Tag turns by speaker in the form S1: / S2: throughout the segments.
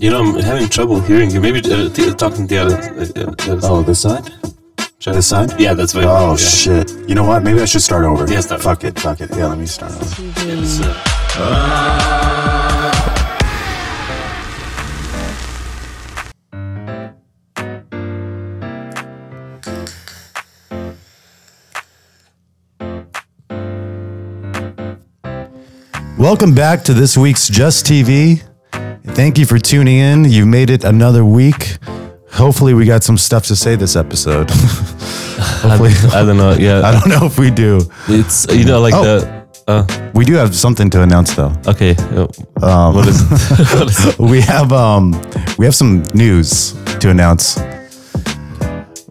S1: You know, I'm having trouble hearing you. Maybe uh, th- talking the other. Uh, uh, uh,
S2: Oh, this side?
S1: Sure.
S2: This side?
S1: Yeah, that's very.
S2: Oh,
S1: yeah.
S2: shit. You know what? Maybe I should start over.
S1: Yeah, start
S2: Fuck it. Fuck it. Yeah, let me start over.
S1: It's, uh,
S3: Welcome back to this week's Just TV. Thank you for tuning in. You've made it another week. Hopefully, we got some stuff to say this episode. Hopefully,
S1: I don't know. Yeah,
S3: I don't know if we do.
S1: it's you know like
S3: Oh.
S1: the. Uh,
S3: We do have something to announce, though.
S1: okay. uh,
S2: Um.
S1: what is? what is it?
S3: We have um, we have some news to announce.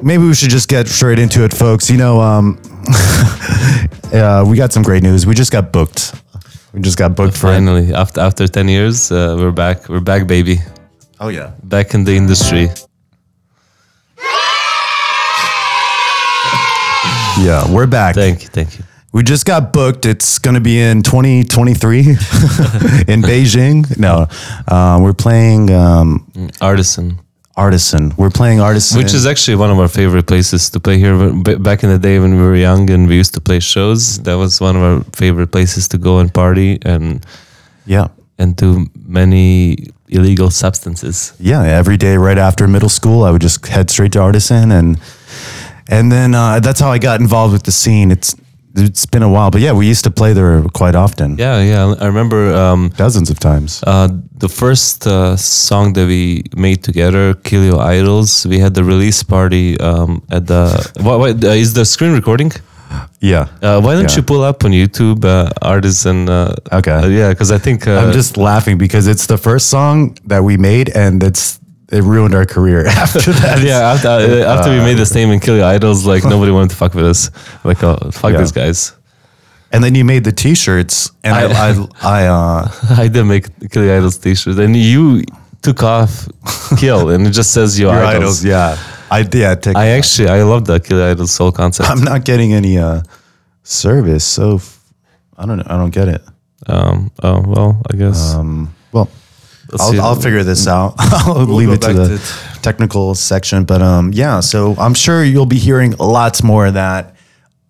S3: Maybe we should just get straight into it, folks. You know, um, uh, we got some great news. We just got booked. We just got booked for.
S1: Finally, after after ten years, uh, we're back. We're back, baby.
S3: Oh yeah.
S1: Back in the industry.
S3: Yeah, we're back.
S1: Thank you, thank you.
S3: We just got booked. It's going to be in 2023 in Beijing. No, uh, we're playing um,
S1: Artisan,
S3: Artisan. We're playing Artisan.
S1: which is actually one of our favorite places to play here. When- b- Back in the day when we were young and we used to play shows, that was one of our favorite places to go and party and
S3: yeah.
S1: and do many illegal substances.
S3: Yeah. Every day right after middle school, I would just head straight to Artisan. And and then uh, that's how I got involved with the scene. It's It's been a while. But yeah, we used to play there quite often,
S1: Yeah, yeah. I remember um,
S3: dozens of times.
S1: uh, the first uh, song that we made together, "Kill Your Idols." We had the release party um, at the. What, what, uh, is the screen recording?
S3: yeah.
S1: Uh, why don't
S3: Yeah.
S1: you pull up on YouTube, uh, artisan? Uh,
S3: Okay.
S1: uh, yeah, because I think uh,
S3: I'm just laughing because it's the first song that we made and it's it ruined our career after that.
S1: yeah. After, uh, after we made the statement, "Kill Your Idols," like nobody wanted to fuck with us. Like, oh, fuck
S3: Yeah.
S1: these guys.
S3: And then you made the T-shirts, and I, I, I, uh,
S1: I did make "Kill Your Idols" t-shirts, and you took off "Kill," and it just says "Your,
S3: your
S1: idols.
S3: idols, yeah, I did. Yeah, take,
S1: I
S3: I,
S1: actually I love the Kill Your Idols soul concept.
S3: am not getting any uh, service, so f- I don't, I don't get it.
S1: Um, oh well, I guess
S3: Um, well,
S1: Let's see. Mm.
S3: I'll, I'll figure this out. I'll leave
S1: go
S3: it to
S1: back
S3: the
S1: to it.
S3: technical section, but um, yeah. So I'm sure you'll be hearing lots more of that.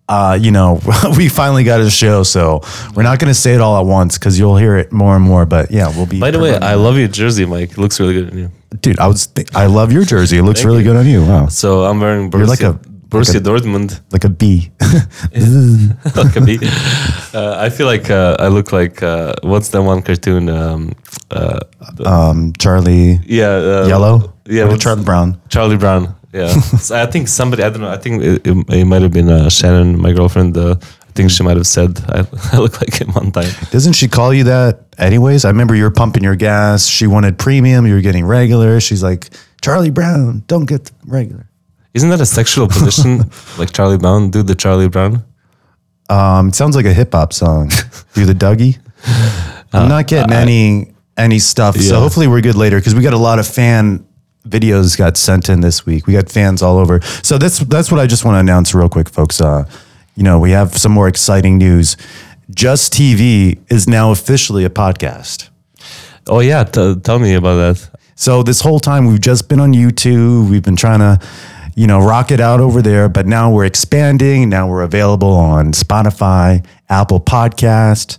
S3: Uh, you know, we finally got a show, so we're not going to say it all at once because you'll hear it more and more. But yeah, we'll be.
S1: By the way, I love your jersey, Mike. It looks really good on you.
S3: dude, I was. Th- I love your jersey. It looks really good on you. Wow.
S1: So I'm wearing Borussia,
S3: like a-
S1: Borussia Dortmund.
S3: like a bee.
S1: That could be. Uh, I feel like uh, I look like uh, what's that one cartoon? Um, uh,
S3: um, Charlie
S1: yeah, uh,
S3: Yellow.
S1: Yeah,
S3: Or
S1: what's-
S3: Charlie Brown.
S1: Charlie Brown. Yeah, So I think somebody. I don't know. I think it, it, it might have been uh, Shannon, my girlfriend. Uh, I think she might have said I, I look like him one time.
S3: Doesn't she call you that anyways? I remember you were pumping your gas. She wanted premium. You were getting regular. She's like, Charlie Brown, don't get the regular.
S1: Isn't that a sexual position? like Charlie Brown, do the Charlie Brown.
S3: Um, it sounds like a hip hop song. Do the Dougie. I'm not getting any any stuff.
S1: Yeah.
S3: So hopefully we're good later because we got a lot of fan videos got sent in this week. We got fans all over. So that's that's what I just want to announce real quick, folks. Uh, you know, we have some more exciting news. Just TV is now officially a podcast.
S1: Oh yeah, t- tell me about that.
S3: So this whole time we've just been on YouTube. We've been trying to, you know, rock it out over there, but now we're expanding. Now we're available on Spotify, Apple Podcast,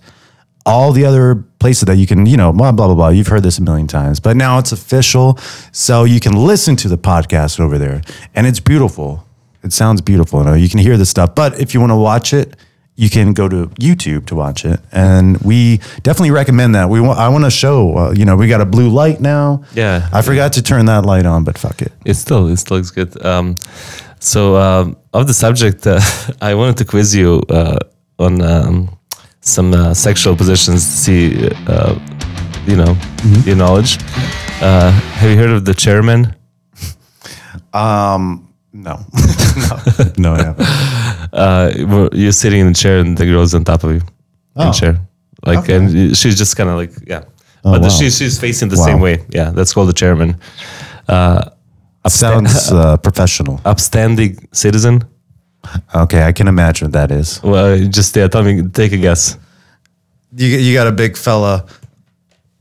S3: all the other places that you can, you know, blah blah blah blah. You've heard this a million times, but now it's official. So you can listen to the podcast over there, and it's beautiful. It sounds beautiful. You, know? you can hear this stuff, but if you want to watch it, you can go to YouTube to watch it, and we definitely recommend that. We want, I want to show, uh, you know, we got a blue light now.
S1: Yeah.
S3: I forgot to turn that light on, but fuck it.
S1: It still it still looks good. Um, so um, of the subject, uh, I wanted to quiz you uh, on um, some uh, sexual positions to see, uh, you know,
S3: Mm-hmm.
S1: your knowledge. Uh, have you heard of the chairman?
S3: No, no, no, I haven't.
S1: Uh, where you're sitting in the chair and the girl's on top of you in
S3: Oh.
S1: the chair, like, and she's just kind of like, yeah, but the,
S3: wow.
S1: she, she's facing the
S3: Wow.
S1: same way. Yeah, that's called the chairman.
S3: sounds uh, professional.
S1: Upstanding citizen.
S3: Okay, I can imagine what that is.
S1: Well, just yeah, tell me, take a guess.
S3: You you got a big fella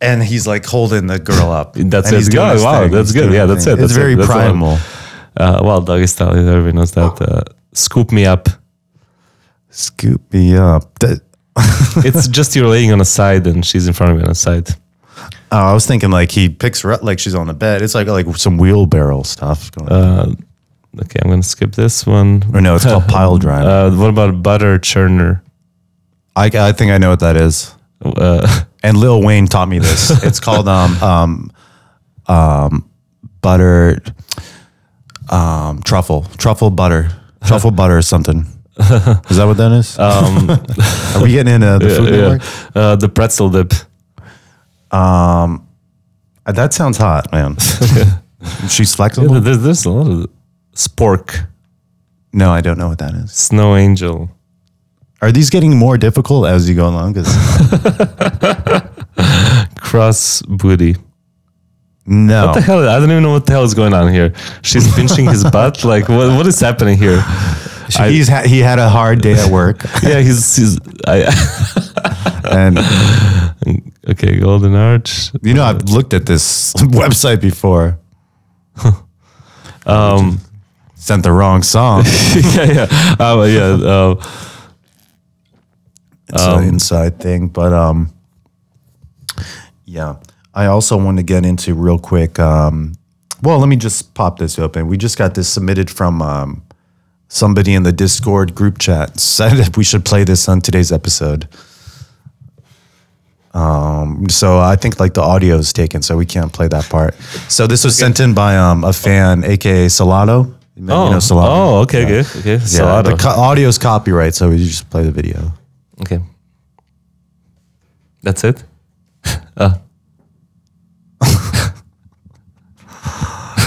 S3: and he's like holding the girl up.
S1: That's
S3: and
S1: it.
S3: he's doing
S1: Oh,
S3: his
S1: wow,
S3: thing.
S1: that's
S3: He's
S1: good.
S3: doing
S1: Yeah, that's
S3: his thing.
S1: it,
S3: It's
S1: that's it,
S3: very
S1: that's the one.
S3: primal.
S1: Uh, well, doggy style. Everybody knows that. Uh, scoop me up.
S3: Scoop me up. That-
S1: It's just you're laying on a side and she's in front of me on a side.
S3: oh, I was thinking like he picks her up like she's on the bed. It's like like some wheelbarrow stuff. Going on.
S1: Uh, okay, I'm gonna skip this one.
S3: Or no, it's called pile drive.
S1: Uh, what about butter churner?
S3: I, I think I know what that is.
S1: Uh,
S3: And Lil Wayne taught me this. It's called um um um butter um truffle truffle butter truffle butter or something. Is that what that is?
S1: um,
S3: Are we getting into the
S1: yeah,
S3: food
S1: yeah.
S3: network?
S1: Uh, the pretzel dip.
S3: Uh, That sounds hot, man. She's flexible.
S1: There's, there's a lot of spork,
S3: No, I don't know what that is.
S1: snow angel.
S3: Are these getting more difficult as you go along? 'Cause-
S1: Cross booty.
S3: no,
S1: What the hell? I don't even know what the hell is going on here. She's pinching his butt. Like, what, what is happening here?
S3: She- he's ha- he had a hard day at work,
S1: Yeah, he's. he's I,
S3: and
S1: okay, golden arch.
S3: you know I've looked at this website before.
S1: Um,
S3: Sent the wrong song.
S1: yeah, yeah, uh, yeah. Uh,
S3: It's
S1: Um,
S3: an inside thing, but um, yeah. I also want to get into real quick. Um, well, let me just pop this open. We just got this submitted from um, somebody in the Discord group chat. Said that we should play this on today's episode. Um, so I think like the audio is taken, so we can't play that part. So this was sent in by um a fan, aka Solano. You
S1: oh,
S3: know Solano.
S1: oh, okay, good. Okay,
S3: Yeah,
S1: Salado.
S3: the co- audio is copyright, so we just play the video.
S1: okay, that's it.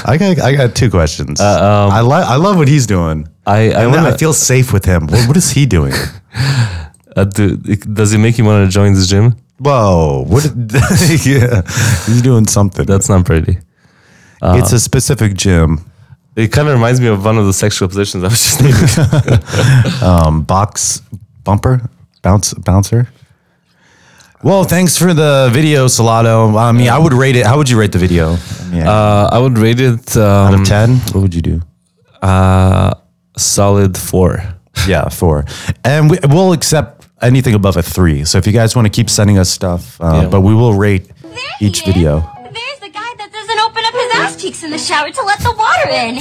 S3: I got I got two questions. I like I love what he's doing.
S1: I I
S3: I,
S1: want
S3: I feel safe with him. What, what is he doing?
S1: Uh, do, does it make you want to join this gym?
S3: Whoa! What? yeah, he's doing something.
S1: That's not pretty.
S3: it's a specific gym,
S1: It kind of reminds me of one of the sexual positions I was just naming.
S3: um, box bumper, bounce bouncer. Well, thanks for the video, Salado. I mean, I would rate it. How would you rate the video? I mean,
S1: Uh, I would rate it
S3: out
S1: um,
S3: of ten, what would you do?
S1: uh, solid four.
S3: Yeah, four. And we, we'll accept anything above a three. So if you guys want to keep sending us stuff, uh,
S1: Yeah.
S3: but we will rate
S4: There
S3: each
S4: he is.
S3: video.
S4: There's the guy that doesn't open up his ass cheeks in the shower to let the water in.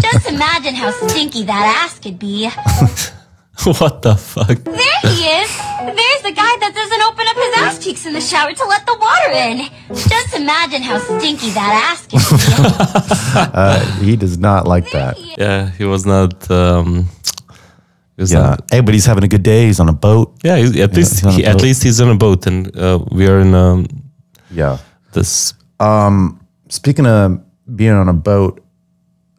S4: Just imagine how stinky that ass could be.
S1: what the fuck?
S4: There he is. There's the guy that doesn't open up his ass cheeks in the shower to let the water in. Just imagine how stinky that ass could be.
S3: He does not like that.
S1: Yeah, he was not. Um, he was
S3: Yeah.
S1: not-
S3: Hey, but he's having a good day. He's on a boat.
S1: yeah. He's, at least
S3: he's on a
S1: he, at
S3: boat.
S1: least he's on a boat, and uh, we are in um,
S3: Yeah.
S1: this.
S3: Speaking of being on a boat,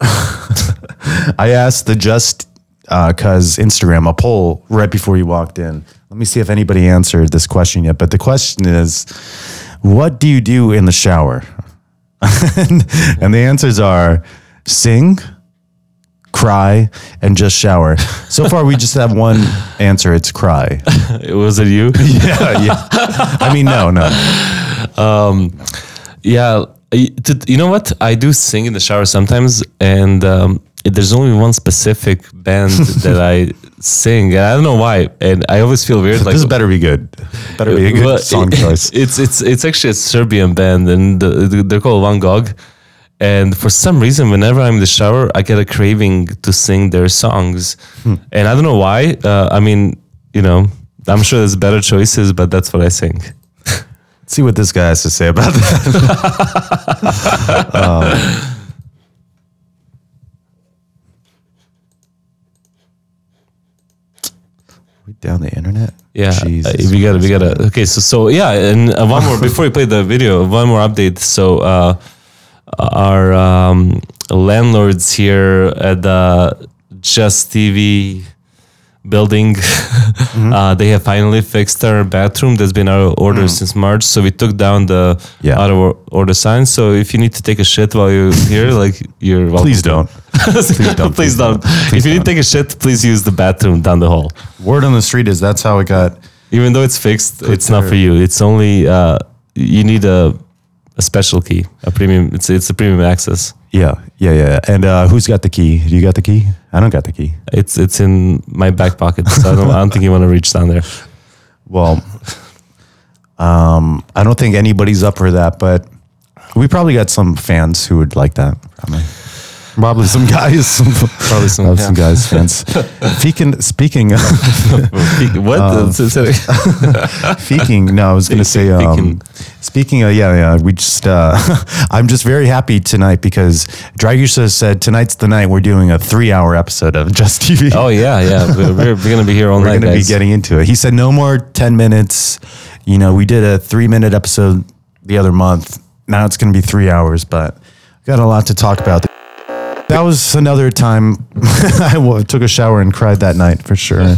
S3: I asked the Just uh, Cuz Instagram a poll right before you walked in. Let me see if anybody answered this question yet. But the question is, what do you do in the shower? and the answers are sing, cry, and just shower. So far, we just have one answer. It's cry.
S1: Was it you?
S3: yeah, yeah. I mean, no, no.
S1: Yeah, I- to- you know what? I do sing in the shower sometimes, and um, there's only one specific band that I sing, and I don't know why. And I always feel weird. Like
S3: this better be good. Better be a good
S1: Well,
S3: song choice.
S1: It's it's it's actually a Serbian band, and the, they're called Van Gogh. And for some reason, whenever I'm in the shower, I get a craving to sing their songs,
S3: Hmm.
S1: and I don't know why. Uh, I mean, you know, I'm sure there's better choices, but that's what I sing.
S3: Let's see what this guy has to say about Um, that. Um, we down the internet?
S1: Yeah, uh,
S3: Jesus
S1: we gotta, we
S3: Christ.
S1: gotta. Okay, so so yeah, and uh, one more before we play the video, one more update. So uh, our um, landlords here at the Just TV building, uh, they have finally fixed our bathroom. That's been our order since March. So we took down the
S3: Yeah.
S1: out of or- order sign. So if you need to take a shit while you're here, like you're welcome.
S3: Please don't.
S1: please don't. Please don't. if you need to take a shit, please use the bathroom down the hall
S3: Word on the street is that's how it got.
S1: even though it's fixed, it's not
S3: there.
S1: for you. It's only uh, you need a a special key, a premium. It's it's a premium access.
S3: Yeah, yeah, yeah. And uh, who's got the key? Do you got the key? I don't got the key.
S1: It's it's in my back pocket. So I don't I don't think you want to reach down there.
S3: Well, um, I don't think anybody's up for that, but we probably got some fans who would like that. Probably, probably some guys, some, probably some, some guys fans. Speaking, speaking, um,
S1: What?
S3: Uh,
S1: Sorry.
S3: speaking. No, I was going to say. Um,
S1: Speaking.
S3: speaking of, yeah, yeah. We just, uh, I'm just very happy tonight because Dragusha said tonight's the night we're doing a three-hour episode of Just TV.
S1: oh yeah, yeah. We're, we're, we're gonna be here all
S3: We're
S1: night,
S3: going to be
S1: guys.
S3: getting into it. He said no more 10 minutes. You know, we did a three minute episode the other month. Now it's going to be three hours, but we got a lot to talk about. That was another time I wa- took a shower and cried that night for sure.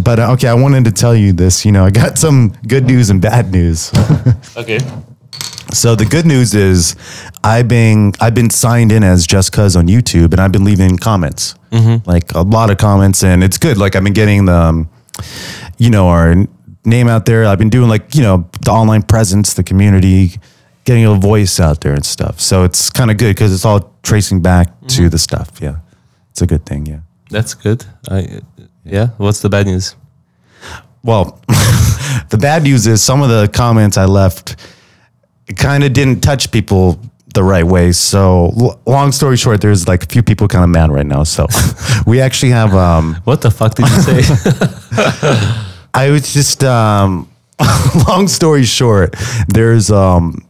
S3: but uh, okay, I wanted to tell you this. You know, I got some good news and bad news.
S1: okay.
S3: So the good news is, I've been I've been signed in as Just Cuz on YouTube, and I've been leaving comments, like a lot of comments, and it's good. Like I've been getting the, um, you know, our n- name out there. I've been doing like you know the online presence, the community, getting a voice out there and stuff. So it's kind of good because it's all tracing back to the stuff. Yeah, it's a good thing. Yeah.
S1: That's good. I yeah. What's the bad news?
S3: Well, the bad news is some of the comments I left kind of didn't touch people the right way. So, l- long story short, there's like a few people kind of mad right now. So, we actually have. Um,
S1: What the fuck did you say?
S3: I was just. Um, long story short, there's. Um,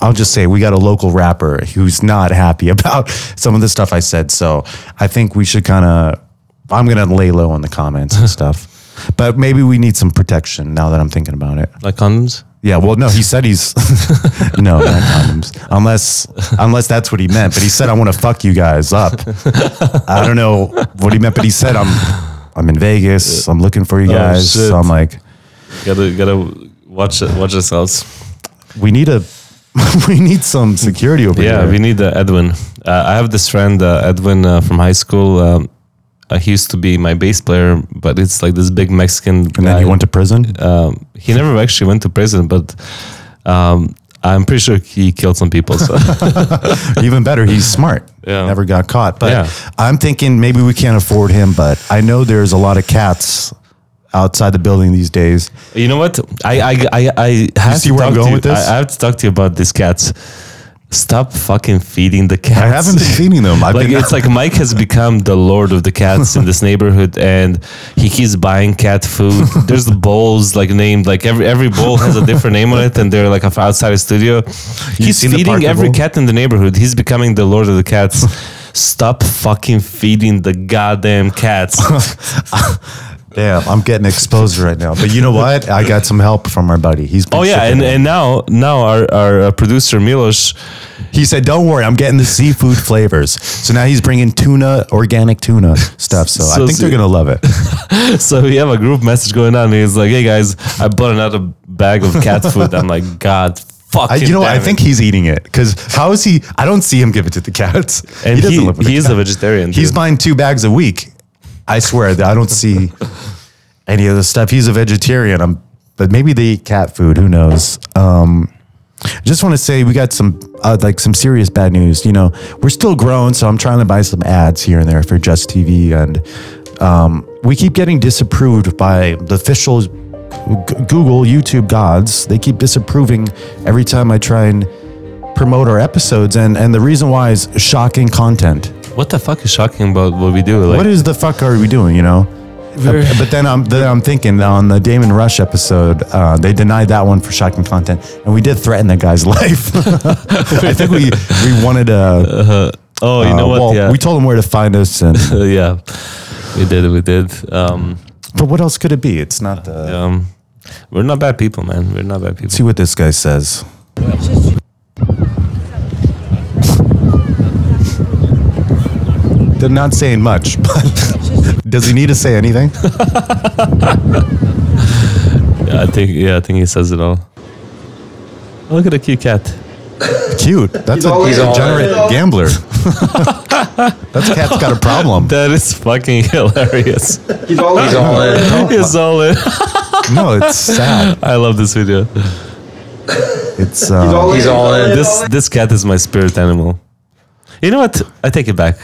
S3: I'll just say we got a local rapper who's not happy about some of the stuff I said. So I think we should kind of. I'm gonna lay low on the comments and stuff, but maybe we need some protection now that I'm thinking about it.
S1: like condoms?
S3: Yeah, well, no, he said he's no not condoms, unless unless that's what he meant. But he said I want to fuck you guys up. I don't know what he meant, but he said I'm I'm in Vegas. I'm looking for you
S1: Oh,
S3: guys.
S1: shit.
S3: so I'm like,
S1: Gotta gotta watch it- watch ourselves.
S3: we need a we need some security over
S1: Yeah,
S3: here.
S1: we need uh, Edwin. Uh, I have this friend, uh, Edwin, uh, from high school. Um, uh, he used to be my bass player, but it's like this big Mexican.
S3: and then you went to prison.
S1: Um, he never actually went to prison, but um, I'm pretty sure he killed some people. So
S3: Even better, he's smart.
S1: Yeah.
S3: Never got caught. But
S1: Yeah.
S3: I'm thinking maybe we can't afford him. But I know there's a lot of cats outside the building these days.
S1: you know what? I I I, I have
S3: see
S1: to
S3: where I'm
S1: talk
S3: going
S1: to
S3: with
S1: you.
S3: this?
S1: I, I have to talk to you about these cats. Stop fucking feeding the cats.
S3: I haven't been feeding them. I've
S1: like
S3: been
S1: it's like Mike has become the lord of the cats in this neighborhood, and he keeps buying cat food. There's bowls like named like every every bowl has a different name on it, and they're like of outside a studio. He's
S3: seen the
S1: feeding
S3: Parker
S1: every
S3: bowl?
S1: cat in the neighborhood. He's becoming the lord of the cats. Stop fucking feeding the goddamn cats.
S3: Damn, I'm getting exposed right now. But you know what? I got some help from our buddy. He's been
S1: Oh yeah,
S3: shipping
S1: and,
S3: it.
S1: and now now our our uh, producer Milos,
S3: he said, "Don't worry, I'm getting the seafood flavors." So now he's bringing tuna, organic tuna stuff. So, I
S1: So
S3: think they're
S1: sweet.
S3: gonna love it.
S1: so we have a group message going on. And he's like, "Hey guys, I bought another bag of cat food." I'm like, God.
S3: I,
S1: Fucking
S3: you know, what?
S1: damn
S3: I
S1: it."
S3: think he's eating it because how is he? I don't see him give it to the cats.
S1: And he,
S3: live with
S1: he is
S3: cat.
S1: a vegetarian.
S3: He's
S1: dude.
S3: buying two bags a week. I swear that I don't see any of the stuff. He's a vegetarian. I'm, but maybe they eat cat food. Who knows? Um, just want to say we got some uh, like some serious bad news. You know, we're still growing, so I'm trying to buy some ads here and there for Just TV, and um, we keep getting disapproved by the official G- Google YouTube gods. They keep disapproving every time I try and promote our episodes, and and the reason why is shocking content
S1: What the fuck is shocking about what we do? Like,
S3: what is the fuck are we doing? You know. Uh, but then I'm then I'm thinking on the Damon Rush episode, uh, they denied that one for shocking content, and we did threaten that guy's life. I think we we wanted a.
S1: oh, you know what? yeah,
S3: Uh, We told him where to find us, and
S1: yeah, we did, we did. Um,
S3: but what else could it be? It's not the.
S1: um, we're not bad people, man. We're not bad people.
S3: See what this guy says. They're not saying much, but does he need to say anything?
S1: Yeah, I think, yeah, I think he says it all. Oh, Look at a cute cat.
S3: Cute. That's a
S5: always-
S3: degenerate
S5: He's always-
S3: gambler. That's cat's got a problem.
S1: That is fucking hilarious.
S5: He's all,
S3: Oh,
S5: he's all in.
S1: It's all in.
S3: No, it's sad.
S1: I love this video.
S3: It's uh,
S5: He's all in.
S1: This this cat is my spirit animal. You know what? I take it back.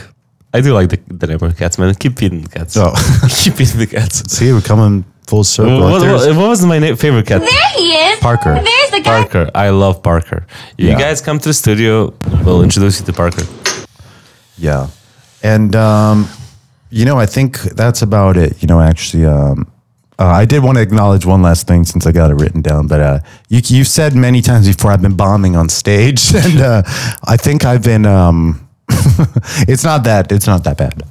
S1: I do like the, the neighbor cats, man. Keep feeding the cats.
S3: Oh.
S1: Keep feeding the cats.
S3: see, we're coming full circle.
S1: What, what-
S3: There's-
S1: what was my na- favorite cat?
S4: There he is.
S3: Parker.
S4: There's the guy.
S1: Parker. I love Parker. You
S3: Yeah.
S1: guys come to the studio. We'll introduce you to Parker.
S3: Yeah. And, um, you know, I think that's about it. You know, actually, um, uh, I did want to acknowledge one last thing since I got it written down, but uh, you, you've said many times before I've been bombing on stage, and uh, I think I've been. Um, it's not that. It's not that bad.